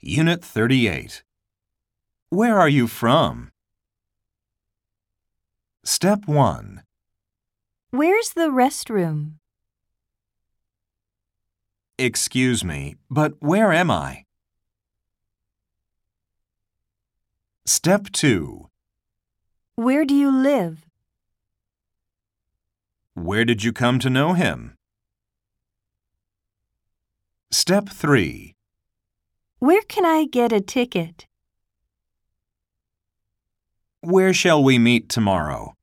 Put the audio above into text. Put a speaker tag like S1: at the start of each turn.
S1: Unit 38. Where are you from? Step 1.
S2: Where's the restroom?
S1: Excuse me, but where am I? Step 2.
S2: Where do you live?
S1: Where did you come to know him? Step 3.
S2: Where can I get a ticket?
S1: Where shall we meet tomorrow?